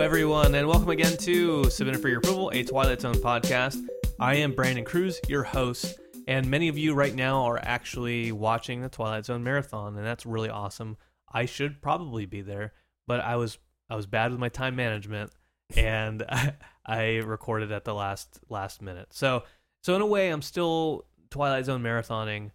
everyone, and welcome again to Submitted for Your Approval, a Twilight Zone podcast. I am Brandon Cruz, your host, and many of you right now are actually watching the Twilight Zone marathon, and that's really awesome. I should probably be there, but I was I was bad with my time management, and I, I recorded at the last last minute. So so in a way, I'm still Twilight Zone marathoning,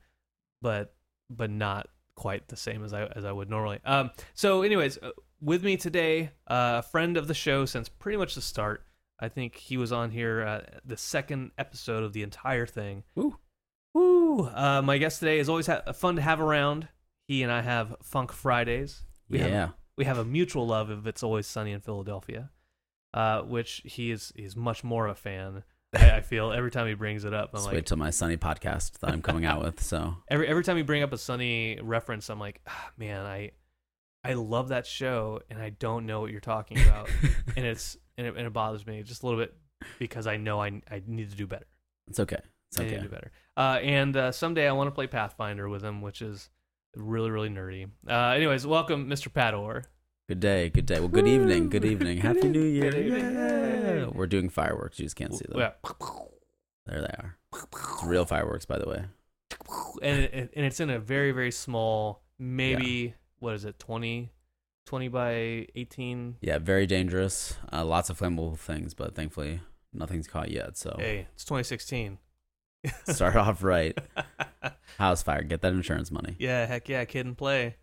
but but not quite the same as I as I would normally. Um, so, anyways, uh, with me today, uh, a friend of the show since pretty much the start. I think he was on here uh, the second episode of the entire thing. Woo. woo! Uh, my guest today is always ha- fun to have around. He and I have Funk Fridays. We have- Yeah. we have a mutual love of It's Always Sunny in Philadelphia, uh, which he is is much more a fan. I, I feel every time he brings it up, I'm Just like, wait till my sunny podcast that I'm coming out with. So every every time you bring up a Sunny reference, I'm like, ah, man, I I love that show, and I don't know what you're talking about, and it's and it, and it bothers me just a little bit because I know I I need to do better. it's okay. It's I need to okay. do better. Uh, and uh, someday I want to play Pathfinder with him, which is really really nerdy. Uh, anyways, welcome, Mr. Pador. Good day. Good day. Well, good evening. Good evening. Happy New Year. Good evening. Yeah. We're doing fireworks. You just can't see them. Yeah. There they are. It's real fireworks, by the way. And it- and it's in a very very small, maybe what is it, 20, 20 by eighteen. Yeah, very dangerous. Uh, lots of flammable things, but thankfully nothing's caught yet. So Hey, it's 2016. start off right. House fire. Get that insurance money. Yeah, heck yeah, kid and play.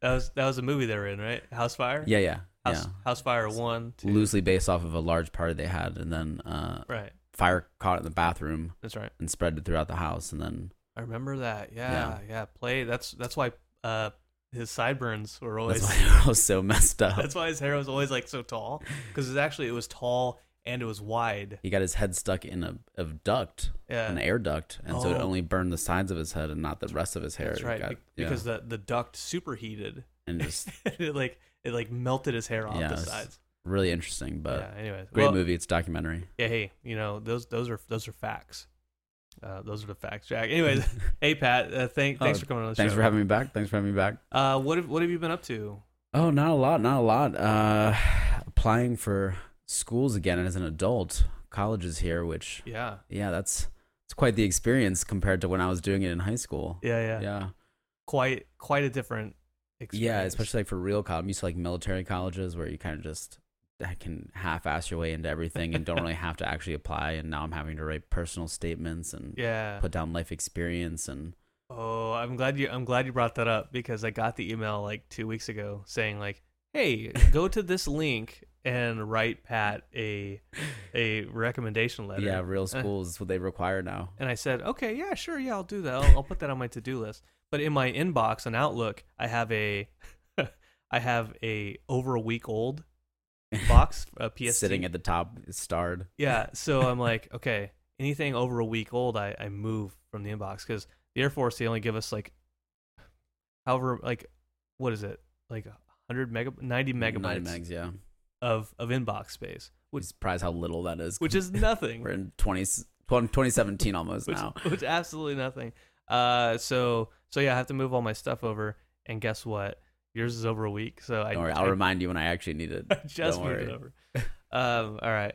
That was that was a movie they were in, right? House Fire. Yeah, yeah, House, yeah. House Fire one, two. Loosely based off of a large party they had, and then uh, Right, fire caught in the bathroom that's right. and spread it throughout the house, and then I remember that. Yeah, yeah. play. That's that's why uh his sideburns were always. that's That's why it was so messed up. why, his hair was always like so tall because it's actually it was tall and it was wide. he got his head stuck in a, a duct, Yeah, an air duct, and so it Oh. only burned the sides of his head and not the rest of his hair. that's It right. got- be- yeah, Because the the duct superheated. and just it like it like melted his hair off Yeah, the it's- sides. really interesting, but yeah. Anyways, great Well, movie. It's documentary. Yeah, hey, you know those those are those are facts. Uh, those are the facts, Jack. Anyways, hey Pat, uh, thank, thanks Oh, for coming on the Thanks show. for having me back. Thanks for having me back. Uh, what have what have you been up to? Oh, not a lot, not a lot. Uh, applying for schools again as an adult. College is here, which Yeah, yeah, that's it's quite the experience compared to when I was doing it in high school. yeah, yeah. yeah. Quite quite a different. experience. Yeah, especially like for real college. I'm used to like military colleges where you kind of just I can half-ass your way into everything and don't really have to actually apply. And now I'm having to write personal statements and Yeah. put down life experience and Oh, I'm glad you I'm glad you brought that up because I got the email like two weeks ago saying like, hey, go to this link and write Pat a a recommendation letter. yeah, real school is what they require now. And I said, okay, yeah, sure, yeah, I'll do that. I'll, I'll put that on my to do list. But in my inbox on Outlook, I have a, I have a over a week old box, a PS Sitting at the top, is starred. yeah. So I'm like, okay, anything over a week old, I, I move from the inbox because the Air Force they only give us like, however, like, what is it, like 100 mega, 90 megabytes Nine megs, yeah. of of inbox space, Would which surprise how little that is. which is nothing. We're in 20, 20 2017 almost which, now. which absolutely nothing. Uh, so so yeah, I have to move all my stuff over, and guess what? Yours is over a week, so I, Don't worry, I- I'll remind you when I actually need it. I just don't moved it worry. over. Um, all right.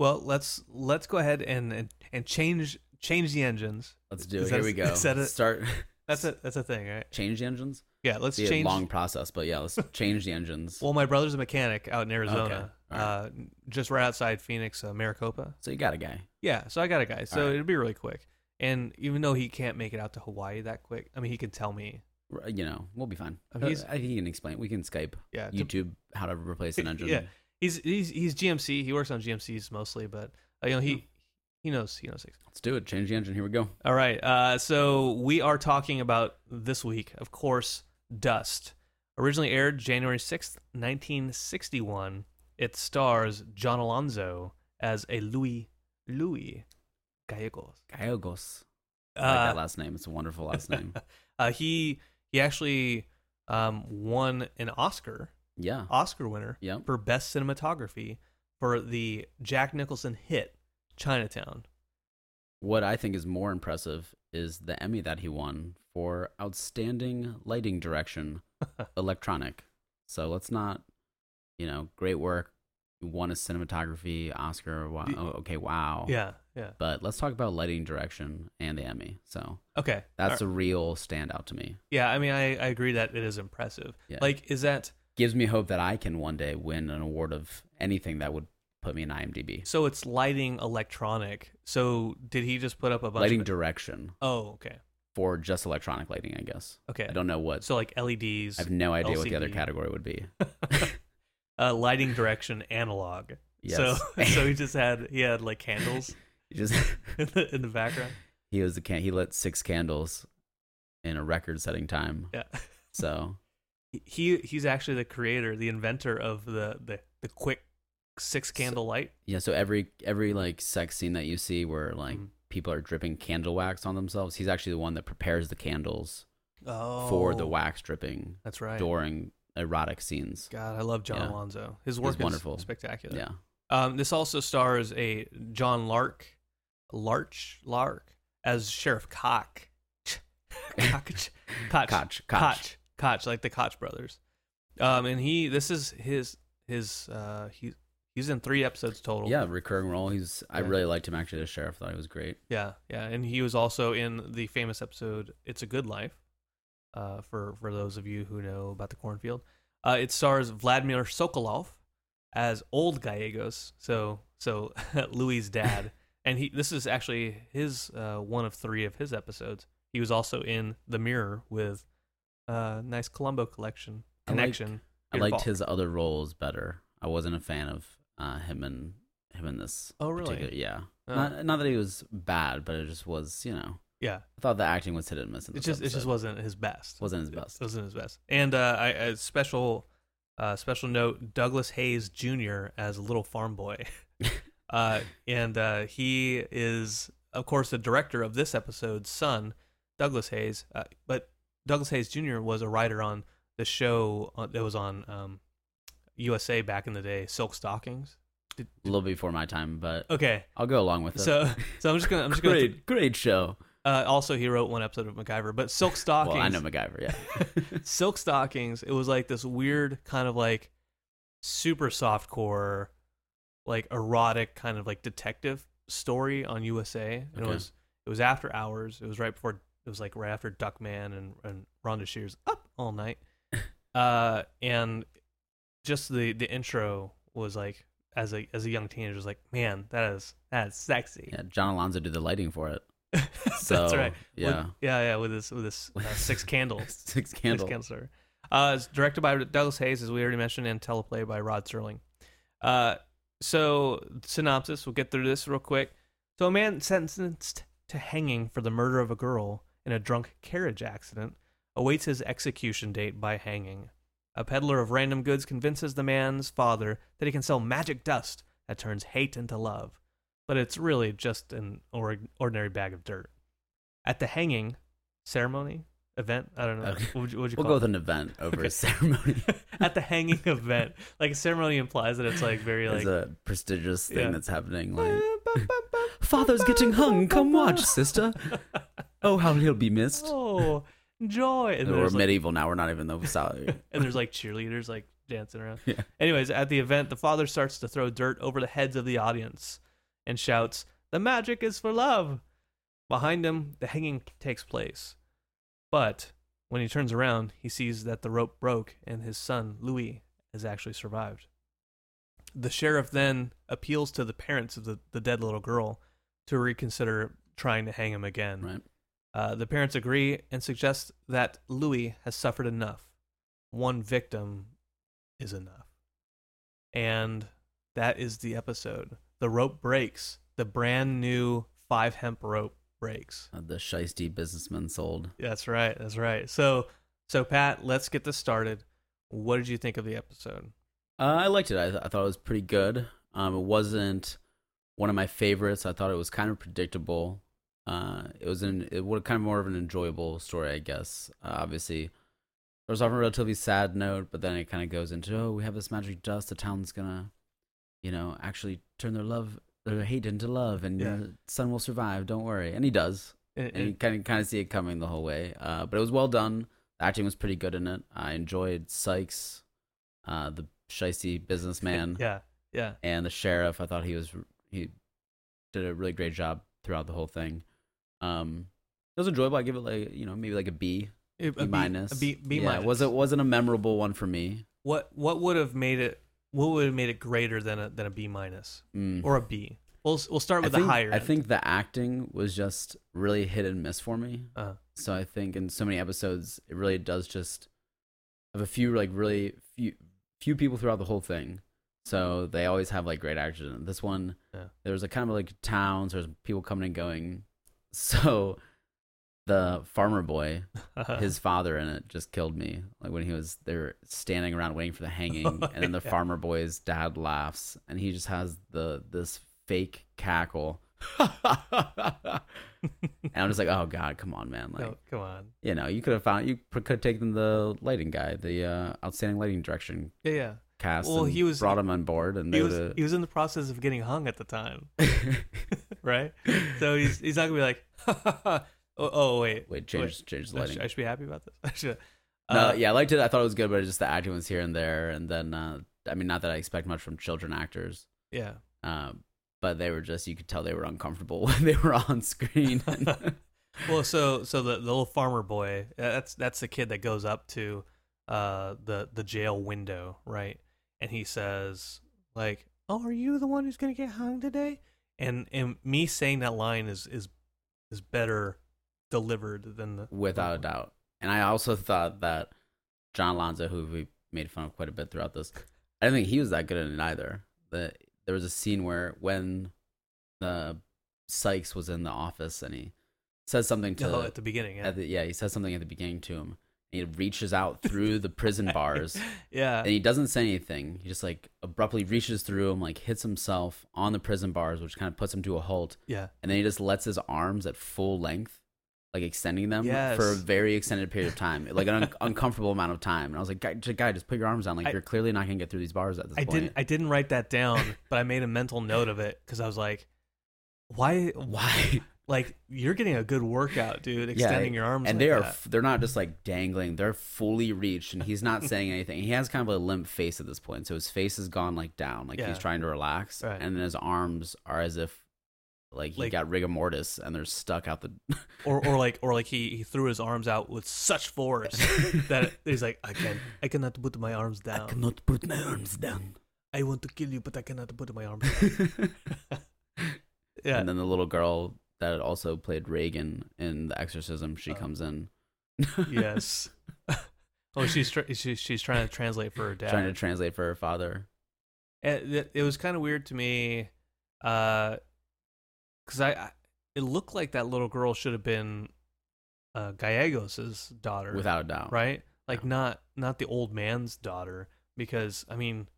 Well, let's let's go ahead and and, and change change the engines. Let's do Is it. that Here a- we go. is that a- Start That's a that's a thing, right? change the engines. Yeah, let's Be a change. long process, but yeah, let's change the engines. well, my brother's a mechanic out in Arizona, all right. uh, just right outside Phoenix, uh, Maricopa. So you got a guy. Yeah, so I got a guy. So right. it'll be really quick. And even though he can't make it out to Hawaii that quick, I mean, he can tell me. R- You know, we'll be fine. Oh, Uh, he's- I think you can explain. We can Skype, Yeah, to- YouTube, how to replace an engine. Yeah, he's he's he's GMC. He works on GMCs mostly, but uh, you know Hmm. he he knows he knows things. Let's do it. Change the engine. Here we go. All right, uh, so we are talking about this week, of course, Dust. Originally aired January sixth, nineteen sixty one. It stars John Alonzo as a Louis Louis Gallegos. Gallegos. I like Uh, that last name. It's a wonderful last name. uh, he he actually um, won an Oscar Yeah. Oscar winner Yep. for best cinematography for the Jack Nicholson hit Chinatown. What I think is more impressive is the Emmy that he won for outstanding lighting direction, electronic. So let's not, you know, great work, won a cinematography Oscar. Wow. The- oh, okay, wow. Yeah, yeah. But let's talk about lighting direction and the Emmy. So Okay, that's All right. a real standout to me. yeah. I mean, I, I agree that it is impressive. Yeah. Like, is that Gives me hope that I can one day win an award of anything that would put me in IMDb. so? It's lighting electronic. So did he just put up a bunch? Lighting Of, direction oh, okay, for just electronic lighting, I guess. okay. I don't know what. So like E LEDs, I have no idea what the other LCD. category would be. uh, lighting direction analog. Yes. So so he just had he had like candles He just in the in the background. he was the can- he lit six candles in a record-setting time. Yeah. So He he's actually the creator, the inventor of the the, the quick six candle light. yeah, so every every like sex scene that you see where like Mhm. people are dripping candle wax on themselves, he's actually the one that prepares the candles Oh, for the wax dripping That's right. during erotic scenes. God, I love John Yeah. Alonzo. His He's work is wonderful. spectacular. Yeah. Um, this also stars a John Lark, Larch Lark as Sheriff Cock, Cockch, Koch, Koch, Koch. Koch, Koch, like the Koch brothers. Um, and he, this is his his uh he he's in three episodes total. Yeah, recurring role. He's I Yeah. really liked him actually. The sheriff thought he was great. yeah, yeah. And he was also in the famous episode "It's a Good Life." Uh, for for those of you who know about the cornfield, uh, it stars Vladimir Sokolov as old Gallegos, so so Louis' dad, and he. This is actually his uh, one of three of his episodes. He was also in The Mirror with uh, nice Columbo collection I like- connection. I Peter liked Falk. his other roles better. I wasn't a fan of uh, him and him in this. Oh, really? particular- Yeah. Uh, not, not that he was bad, but it just was. You know, yeah, I thought the acting was hit and miss. In it this just it just episode. wasn't his best. wasn't his best. It wasn't his best. And uh, I, a special, uh, special note: Douglas Hayes Jr. as a little farm boy, uh, and uh, he is, of course, the director of this episode's son, Douglas Hayes. Uh, but Douglas Hayes Jr. was a writer on the show on, that was on um, USA back in the day, Silk Stockings. a little before my time, but Okay, I'll go along with it. so so I'm just gonna I'm just gonna. great, great show. Uh, also, he wrote one episode of MacGyver, but Silk Stockings. Well, I know MacGyver. Yeah, silk stockings it was like this weird kind of like super soft core like erotic kind of like detective story on usa and Okay. it was it was after hours it was right before it was like right after duckman and and rhonda shears up all night uh and just the the intro was like as a as a young teenager was like man that is that is sexy yeah. John Alonso did the lighting for it. So, that's right With- Yeah, yeah yeah with this with this uh, six candles six Six candles. Counselor. Uh, it's directed by Douglas Hayes, as we already mentioned, and teleplay by Rod Serling. Uh, so, synopsis, we'll get through this real quick. So, a man sentenced to hanging for the murder of a girl in a drunk carriage accident awaits his execution date by hanging. A peddler of random goods convinces the man's father that he can sell magic dust that turns hate into love, but it's really just an or- ordinary bag of dirt. At the hanging ceremony, event, I don't know. Okay. What would you, what would you We'll call it? go with an event over Okay. a ceremony. at the hanging event. Like a ceremony implies that it's like very It's like a prestigious thing Yeah. that's happening. Like, father's getting hung. Come watch, sister. Oh, how he'll be missed. oh joy and we're there's, like, medieval now. We're not even the salary. and there's like cheerleaders like dancing around. Yeah. Anyways, at the event, the father starts to throw dirt over the heads of the audience and shouts, "The magic is for love." Behind him, the hanging takes place. But when he turns around, he sees that the rope broke and his son, Louis, has actually survived. The sheriff then appeals to the parents of the, the dead little girl to reconsider trying to hang him again. Right. Uh, the parents agree and suggest that Louis has suffered enough. One victim is enough. And that is the episode. The rope breaks. The brand new five hemp rope breaks. Uh, the shisty businessman sold. That's right. That's right. So, so Pat, let's get this started. What did you think of the episode? Uh, I liked it. I, th- I thought it was pretty good. Um, it wasn't one of my favorites. I thought it was kind of predictable. Uh, it was an it was kind of more of an enjoyable story, I guess. Uh, obviously, there was often a relatively sad note, but then it kind of goes into oh, we have this magic dust. The town's gonna, you know, actually turn their love their hate into love, and Yeah. your son will survive. Don't worry, and he does. It- and you it- kind of kind of see it coming the whole way. Uh, but it was well done. The acting was pretty good in it. I enjoyed Sykes, uh, the shisty businessman. yeah, Yeah. and the sheriff. I thought he was he did a really great job throughout the whole thing. Um, it was enjoyable. I give it like you know maybe like a B, It- B minus. A B, B yeah, minus. was it wasn't a memorable one for me. What what would have made it? What would have made it greater than a than a B minus Mm. or a B? We'll s- we'll start I with think, the higher. I end. think the acting was just really hit and miss for me. Uh-huh. So I think in so many episodes, it really does just have a few like really few few people throughout the whole thing. So they always have like great actors. in it. This one, Yeah. there was a kind of like towns. There's people coming and going. So the farmer boy, Uh. his father in it, just killed me. Like when he was there standing around waiting for the hanging, and then the Oh, Yeah. farmer boy's dad laughs, and he just has the this fake cackle. and I'm just like, oh god, come on, man! Like, no, come on. you know, you could have found you could have taken the lighting guy, the uh, outstanding lighting direction Yeah, yeah. cast. Well, and he was- brought him on board, and He they was was, he was in the process of getting hung at the time, right? So he's he's not gonna be like, oh, oh wait, wait, change change the I should, lighting. I should be happy about this. I should. uh, no, yeah, I liked it. I thought it was good, but just the acting was here and there, and then uh, I mean, not that I expect much from children actors, yeah. uh, but they were just you could tell they were uncomfortable when they were on screen. Well, so so the the little farmer boy uh, that's that's the kid that goes up to uh the the jail window, right? And he says like, "Oh, are you the one who's going to get hung today?" And and me saying that line is is is better delivered than the without a doubt. And I also thought that John Lonzo, who we made fun of quite a bit throughout this, I don't think he was that good in it either. The, there was a scene where when the Sykes was in the office and he says something to no, at the beginning. Oh, Yeah. at the- yeah he says something at the beginning to him. And he reaches out through the prison bars yeah. and he doesn't say anything. He just like abruptly reaches through him, like hits himself on the prison bars, which kind of puts him to a halt Yeah. and then he just lets his arms at full length, like extending them Yes. for a very extended period of time, like an un- uncomfortable amount of time. And I was like, guy, j- guy just put your arms down. Like I- you're clearly not gonna get through these bars at this I point. didn't I didn't write that down, but I made a mental note of it cuz I was like, "Why Why? like you're getting a good workout, dude, extending your arms and like they are that. f- they're not just like dangling. They're fully reached, and he's not saying anything. He has kind of a limp face at this point, so his face has gone like down, like Yeah. he's trying to relax, Right. and then his arms are as if. Like he Like- got rigor mortis, and they're stuck out the. or or like or like he, he threw his arms out with such force that it- he's like I can I cannot put my arms down. I, cannot put my arms down. want to kill you, but I cannot put my arms. down. Yeah, And then the little girl that also played Reagan in The Exorcism, she Oh. comes in. yes. oh, she's tr- she's she's trying to translate for her dad. Trying to translate for her father. it, it- it was kind of weird to me, uh, because I, I it looked like that little girl should have been, uh, Gallegos's daughter. Without a doubt. right? Like Yeah. not not the old man's daughter because I mean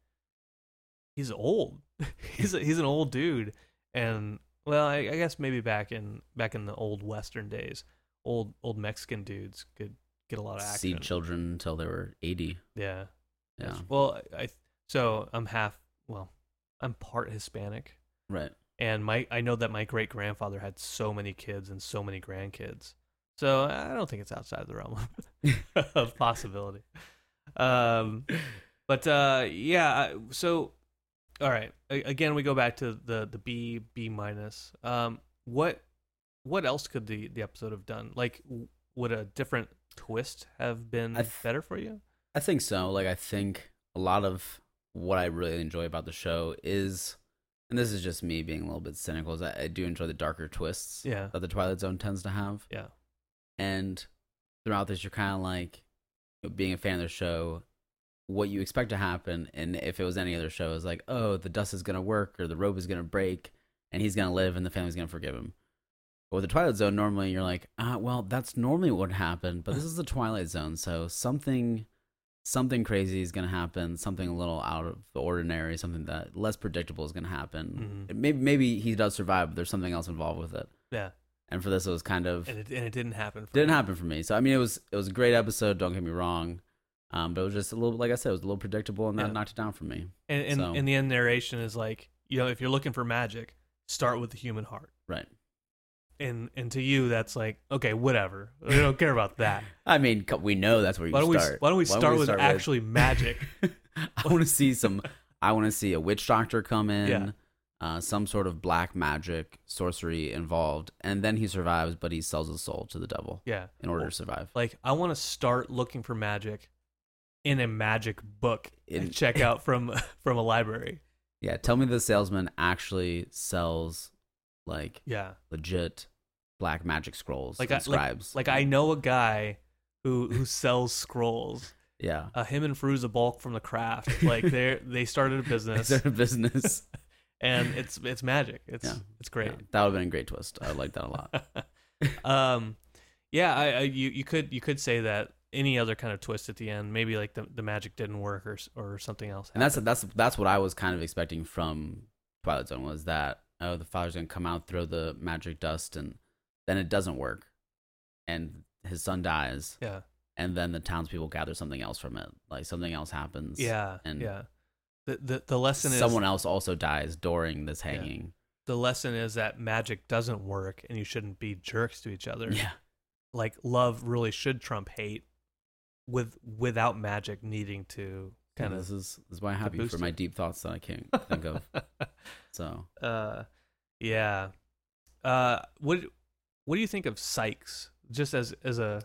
he's old. he's a, he's an old dude and well, I, I guess maybe back in back in the old western days, old old Mexican dudes could get a lot of See action. children until they were 80. Yeah. Yeah. Well, I so I'm half well, I'm part Hispanic Right. and my I know that my great grandfather had so many kids and so many grandkids, so I don't think it's outside the realm of, of possibility. Um, but uh, yeah, I- so all right, a- again we go back to the the B B minus. Um, what what else could the the episode have done? Like, w- would a different twist have been I th- better for you? I think so. Like, I think a lot of what I really enjoy about the show is, and this is just me being a little bit cynical, is I, I do enjoy the darker twists Yeah, that the Twilight Zone tends to have. yeah, and throughout this you're kind of like you know, being a fan of the show what you expect to happen and if it was any other show is like oh the dust is going to work or the rope is going to break and he's going to live and the family's going to forgive him but with the twilight zone normally you're like ah well that's normally what happened but this is the twilight zone so something something crazy is going to happen something a little out of the ordinary something that less predictable is going to happen Mm-hmm. maybe maybe he does survive but there's something else involved with it yeah. and for this it was kind of And it and it didn't happen. For didn't you. happen for me. So I mean, it was it was a great episode. Don't get me wrong, um, but it was just a little, like I said, it was a little predictable, and that Yeah. knocked it down for me. And and, so- and the end narration is like, you know, if you're looking for magic, start with the human heart. Right. and and to you that's like okay whatever we don't care about that I mean, co- we know that's where you why don't we start. why don't we start with actually magic I want to see some. I want to see a witch doctor come in, Yeah. uh, some sort of black magic sorcery involved, and then he survives, but he sells his soul to the devil Yeah. in order to survive. Like I want to start looking for magic in a magic book In- and check out from from a library. Yeah, tell me the salesman actually sells like Yeah. legit black magic scrolls Like like, I- and scribes. Like I know a guy who who sells scrolls. yeah. Uh, him and Fruza Bulk from the Craft. Like they are they started a Is business there a business? and it's it's magic. It's Yeah. it's great. Yeah, that would have been a great twist. I like that a lot. um yeah I, I you you could you could say that any other kind of twist at the end maybe like the, the magic didn't work or s- or something else And that's that's that's what I was kind of expecting from Twilight Zone was that oh the father's gonna come out throw the magic dust and then it doesn't work, and his son dies, happened. and then the townspeople gather something else from it, like something else happens. yeah yeah and- yeah the, the the lesson is someone else also dies during this Yeah. hanging. the lesson is that magic doesn't work and you shouldn't be jerks to each other Yeah, like love really should trump hate with without magic needing to kind and this is this is why I have you for boost my it. deep thoughts that I can't of think of. So uh yeah uh what what do you think of Sykes just as as a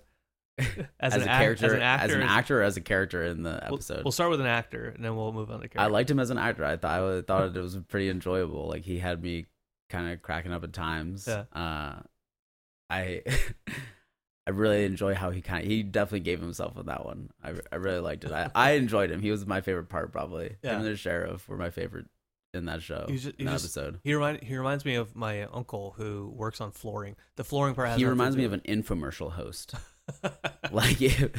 as, an a act- character, as an actor as an actor, or as a character in the we'll, episode, we'll start with an actor and then we'll move on to character I liked him as an actor. I thought I thought it was pretty enjoyable. Like he had me kind of cracking up at times. Yeah. Uh, I I really enjoy how he kind of he definitely gave himself with that one. I, I really liked it. I, I enjoyed him. He was my favorite part probably. Yeah. Him and the sheriff were my favorite in that show. He was just- he in that was just- episode. he remind he reminds me of my uncle who works on flooring the flooring part has He nothing reminds to me do of an infomercial host. with- like if-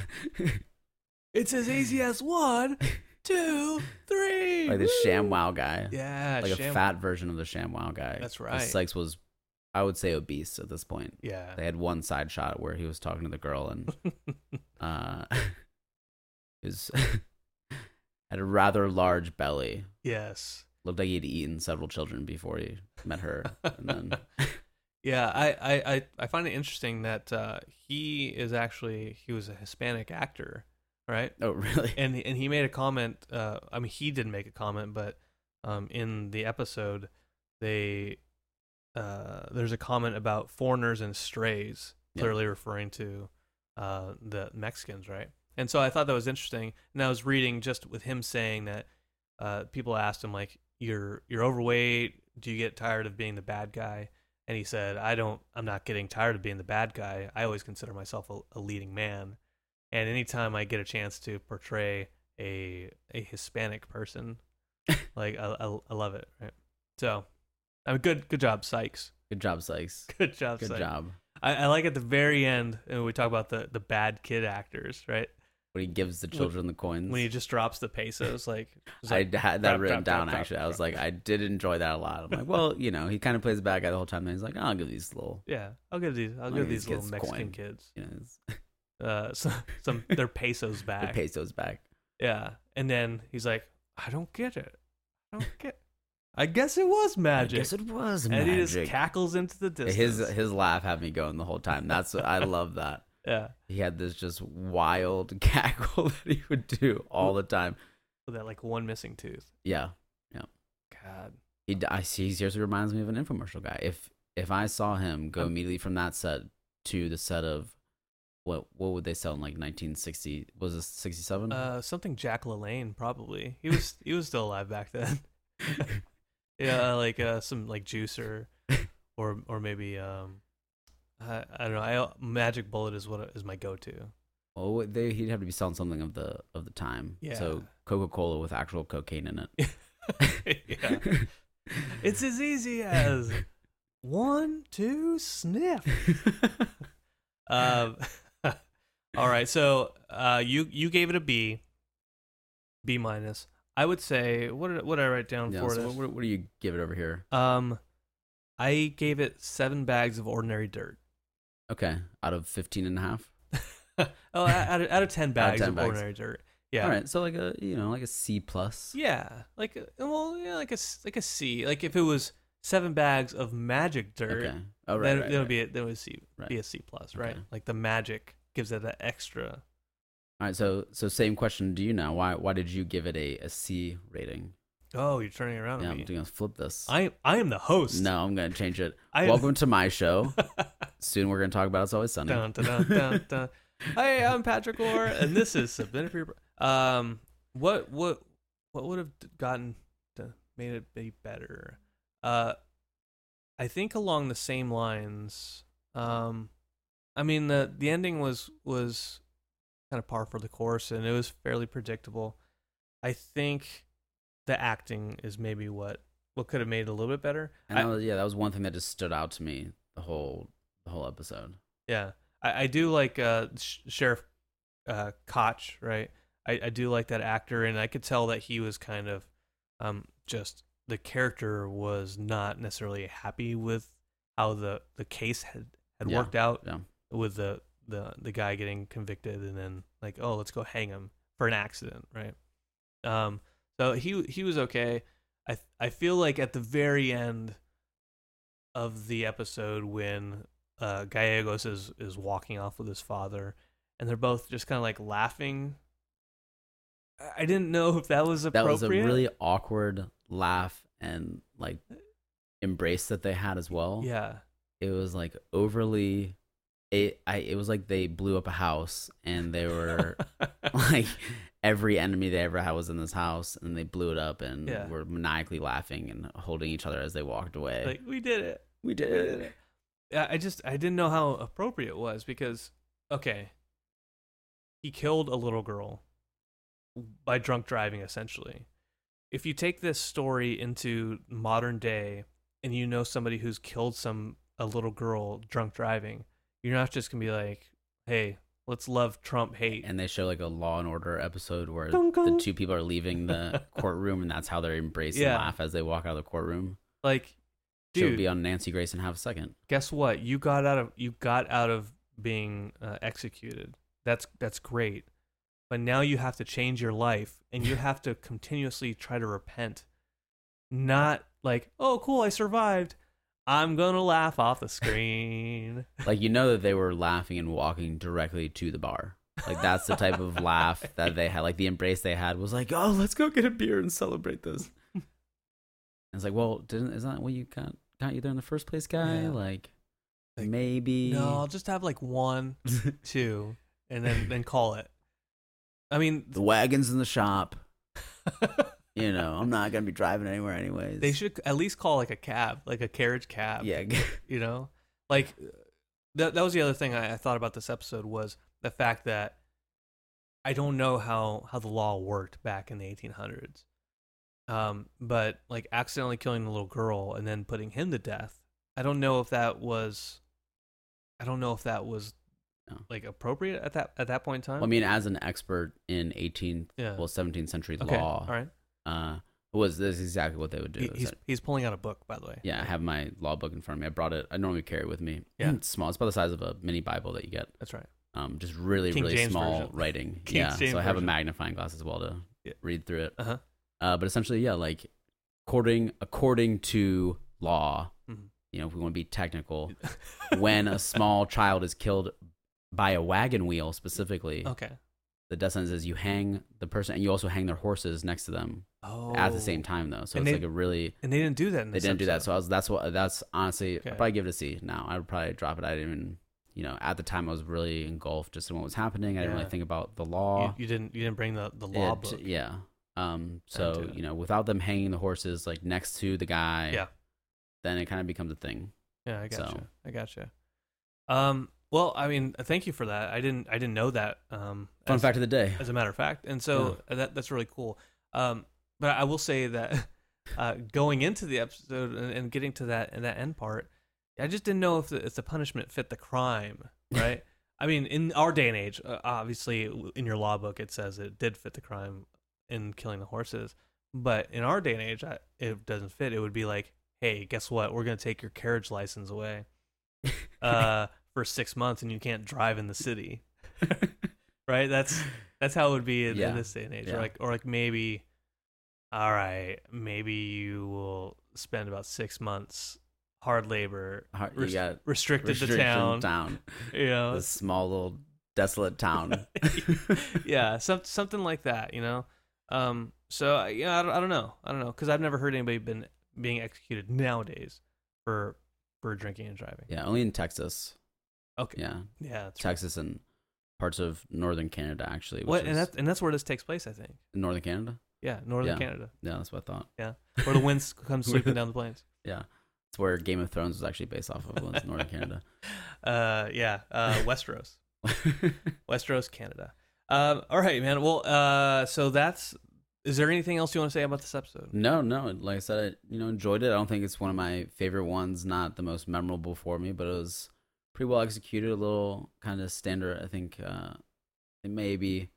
it's as easy as one two three like the woo! Sham Wow guy. yeah like Sham- a fat version of the Sham Wow guy. That's 'Cause right. Sykes was I would say obese at this point. yeah they had one side shot where he was talking to the girl and uh his had a rather large belly yes looked like he had eaten several children before he met her and then yeah I, I i i find it interesting that uh he is actually he was a hispanic actor right oh really and and he made a comment. Uh, I mean, he didn't make a comment, but um, in the episode, they uh, there's a comment about foreigners and strays, Yeah. clearly referring to uh, the Mexicans, right? And so I thought that was interesting. And I was reading just with him saying that uh, people asked him like, "You're you're overweight. Do you get tired of being the bad guy?" And he said, "I don't. I'm not getting tired of being the bad guy. I always consider myself a, a leading man." and anytime I get a chance to portray a a Hispanic person, like I, I, I love it. Right. So, I mean, good good job, Sykes. good job Sykes Good job, good Sykes. job I, I like at the very end, and we talk about the the bad kid actors, right? when he gives the When- children the coins When he just drops the pesos, like, just I like, had drop, that written drop, down drop, drop, actually. I was drop. like, I did enjoy that a lot. I'm like, well, you know, he kind of plays the bad guy the whole time. And he's like, I'll give these little, yeah, I'll give these I'll Look give at these these little kids' Mexican coin. kids you know, his- uh some, some their pesos the back. pesos back. Yeah, and then he's like, I don't get it. I don't get. I guess it was magic. I guess it was and magic. he just cackles into the distance. his his laugh had me going the whole time. That's what I love that. yeah, He had this just wild cackle that he would do all the time. with that like one missing tooth. Yeah, God, he d- I see. He seriously reminds me of an infomercial guy. If if I saw him go Um, immediately from that set to the set of what what would they sell in like 1960? Was it 67? uh, something Jack LaLanne probably. He was he was still alive back then. yeah, like uh, some like juicer, or or maybe um, I, I don't know. I Magic Bullet is what is my go-to. well, what they, he'd have to be selling something of the of the time. Yeah. So Coca Cola with actual cocaine in it. yeah, it's as easy as one, two, sniff. Um, all right, so uh, you you gave it a B, B minus. I would say what did, what did I write down Yeah, for so this? what, what, what do you give it over here? Um, I gave it seven bags of ordinary dirt. Okay, out of 15 and a half. Oh, out of, out of ten bags 10 of bags. ordinary dirt. Yeah, All right, so like a you know like a C plus. yeah, like a, well, yeah, like a s- like a C. Like if it was seven bags of magic dirt, Okay. Oh right. then, then right, it would right. be a, then it would C, Right. be a C plus, right? Okay. Like the magic gives it that extra. All right. So so same question to you now. Why why did you give it a, a C rating? Oh, you're turning around Yeah, on I'm me. gonna flip this. I I am the host. No, I'm gonna change it. I- Welcome to my show. Soon we're gonna talk about It's Always Sunny. Dun, dun, dun, dun, dun. Hey, I'm Patrick Orr, and this is submitted for your. Um, what what what would have gotten to made it be better? Uh, I think along the same lines. Um, I mean the the ending was was kind of par for the course, and it was fairly predictable. I think the acting is maybe what what could have made it a little bit better. And I- that was, yeah, that was one thing that just stood out to me the whole the whole episode. Yeah, I, I do like uh, Sh- Sheriff uh, Koch, right? I, I do like that actor, and I could tell that he was kind of um, just the character was not necessarily happy with how the, the case had, had Yeah, worked out yeah. with the, the the guy getting convicted, and then like, oh, let's go hang him for an accident, right? Um, so he he was okay. I I feel like at the very end of the episode when uh, Gallegos is is walking off with his father, and they're both just kind of like laughing. I- I didn't know if that was That appropriate. was a really awkward laugh and like embrace that they had as well. yeah, It was like overly it I it was like they blew up a house and they were like every enemy they ever had was in this house and they blew it up and Yeah. were maniacally laughing and holding each other as they walked away. like we did it. we did it. I I just I didn't know how appropriate it was because okay, he killed a little girl by drunk driving essentially. If you take this story into modern day and you know somebody who's killed some a little girl drunk driving, you're not just going to be like, "Hey, let's love Trump hate." and they show like a Law and Order episode where Gung, the gung. two people are leaving the courtroom, and that's how they're embracing Yeah. laugh as they walk out of the courtroom. like She'll dude, be on Nancy Grace in half a second. guess what? You got out of you got out of being uh, executed. That's that's great, but now you have to change your life and you have to continuously try to repent. Not like, oh, cool, I survived. I'm gonna laugh off the screen. Like you know that they were laughing and walking directly to the bar. Like that's the type of laugh that they had. Like the embrace they had was like, "Oh, let's go get a beer and celebrate this." And it's like, well, didn't is that what you got got you there in the first place, guy? Yeah. Like, Like, maybe no, I'll just have like one, two, and then then call it. I mean, the wagons in the shop. You know, I'm not gonna be driving anywhere anyways. they should at least call like a cab, like a carriage cab. yeah, you know like uh, that, that was the other thing I, I thought about this episode was the fact that i don't know how how the law worked back in the 1800s um but like accidentally killing a little girl and then putting him to death i don't know if that was i don't know if that was No. like appropriate at that at that point in time Well, I mean, as an expert in 18th, yeah well, 17th century okay law, all right uh, was this is exactly what they would do? he, is he's that- he's pulling out a book by the way yeah, I have my law book in front of me. I brought it. I normally carry it with me. Yeah. it's small. It's about the size of a mini Bible that you get. that's right Um, just really, King really James small version. writing. King yeah, James so I have a version. magnifying glass as well to Yeah. read through it. Uh-huh. Uh, but essentially, yeah, like according according to law, Mhm. you know, if we want to be technical, when a small child is killed by a wagon wheel specifically, okay the death sentence is you hang the person and you also hang their horses next to them oh at the same time though. So And it's they- like a really and they didn't do that in they this didn't do that. episode. So I was that's what that's honestly Okay. I'd probably give it a C now. I would probably drop it. I didn't even you know, at the time I was really engulfed just in what was happening. I didn't Yeah. really think about the law. you, you didn't you didn't bring the the law It- book Yeah. Um so Into it. you know, without them hanging the horses like next to the guy Yeah. then it kind of becomes a thing. Yeah, I gotcha. So- I gotcha. Um, well, I mean, thank you for that. I didn't, I didn't know that. Um, Fun as, fact of the day. as a matter of fact, and so uh, that that's really cool. Um, but I will say that uh, going into the episode and, and getting to that and that end part, I just didn't know if the, if the punishment fit the crime, right? I mean, in our day and age, uh, obviously, w- in your law book, it says it did fit the crime in killing the horses. But in our day and age, I, it doesn't fit. It would be like, hey, guess what? We're going to take your carriage license away uh, for six months, and you can't drive in the city. right? That's that's how it would be in, Yeah. in this day and age. Yeah. Or like, or like maybe, all right, maybe you will spend about six months hard labor, Har- You rest- got restricted to restriction town. town. You know, This small little desolate town. yeah, some, something like that, you know. Um, So I- yeah, I don't, I don't know. I don't know because I've never heard anybody been being executed nowadays for for drinking and driving. Yeah, only in Texas. Okay. Yeah, Yeah, that's right. Texas and parts of northern Canada actually. Which What is and that's and that's where this takes place, I think. northern Canada. Yeah, northern Yeah. Canada, Yeah, that's what I thought. Yeah. where the winds come sweeping down the plains. It's where Game of Thrones was actually based off of. was northern Canada. Uh, yeah, uh, Westeros. Westeros, Canada. Um, all right, man. Well, uh, so that's. Is there anything else you want to say about this episode? no, no. Like I said, I you know enjoyed it. I don't think it's one of my favorite ones. Not the most memorable for me, but it was pretty well executed. A little kind of standard. I think uh, it maybe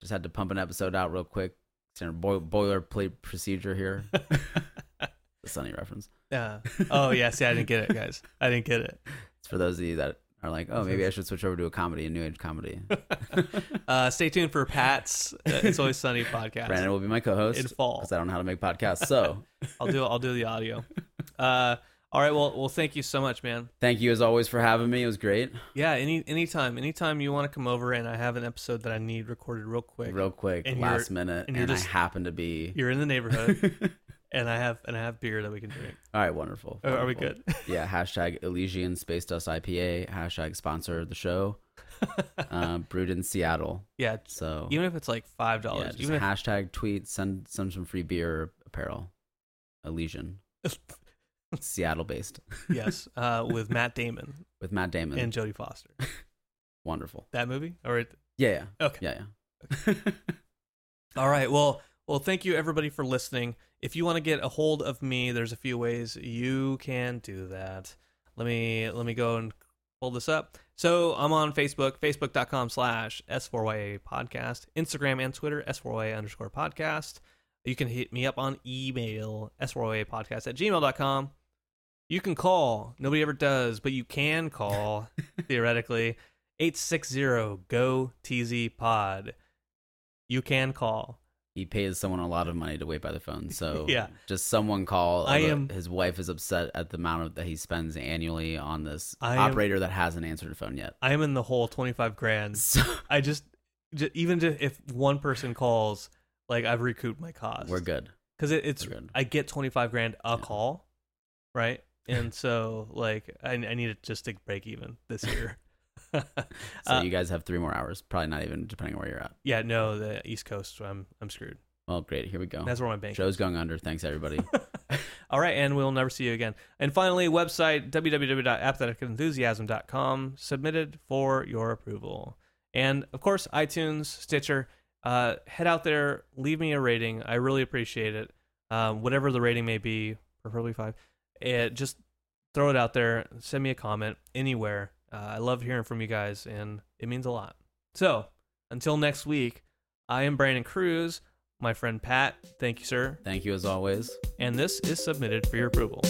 just had to pump an episode out real quick. Standard boil- boilerplate procedure here. The Sunny reference. Yeah. oh yeah. See, I didn't get it, guys. I didn't get it. It's for those of you that are like, oh, maybe I should switch over to a comedy, a new age comedy. Uh, stay tuned for Pat's uh, "It's Always Sunny" podcast Brandon will be my co-host in because fall. I don't know how to make podcasts. So I'll do. I'll do the audio. Uh, all right. Well, well. Thank you so much, man. thank you as always for having me. It was great. Yeah. Any anytime, anytime you want to come over, and I have an episode that I need recorded real quick. Real quick, And last you're- minute, and and, you're just- I happen to be. You're in the All neighborhood, and I have and I have beer that we can drink. right, wonderful. Oh, Are, are we wonderful. good? Yeah. Hashtag Elysian Space Dust IPA. Hashtag sponsor the show. uh, brewed in Seattle. yeah. So Even if it's like five yeah, dollars, just even if hashtag tweet. Send send some free beer or apparel. Elysian. Seattle based yes, uh, with Matt Damon with Matt Damon. and Jodie Foster. wonderful. That movie. All right. Yeah. Yeah. Okay. Yeah. Yeah. All right. Well, well, thank you everybody for listening. If you want to get a hold of me, there's a few ways you can do that. Let me let me go and pull this up. So I'm on Facebook, facebook.com slash S4YA podcast, Instagram and Twitter, S4YA underscore podcast. You can hit me up on email, S4YA podcast at gmail.com. You can call. Nobody ever does, but you can call theoretically. 860 GO TZ Pod. You can call. he pays someone a lot of money to wait by the phone. So Yeah. just someone call. I Uh, am- His wife is upset at the amount of, that he spends annually on this I am- operator that hasn't answered the phone yet. I am in the hole 25 grand. So I just, ju- even ju- if one person calls, like I've recouped my cost. we're good. Because it, it's, We're good. I get 25 grand a Yeah. call, right? And so, like, I, I need it just to break even this year. So uh, you guys have three more hours. Probably not even depending on where you're at. yeah, no, the East Coast, I'm, I'm screwed. Well, great. Here we go. That's where my bank Show's going under. Thanks everybody. All right, and we'll never see you again. And finally, website www.apatheticenthusiasm.com submitted for your approval. And of course, iTunes, Stitcher. Uh, head out there, leave me a rating. I really appreciate it. Um, whatever the rating may be, preferably five. It, just throw it out there. Send me a comment anywhere. Uh, I love hearing from you guys, and it means a lot. So until next week, I am Brandon Cruz. My friend Pat, thank you, sir Thank you as always. and this is submitted for your approval.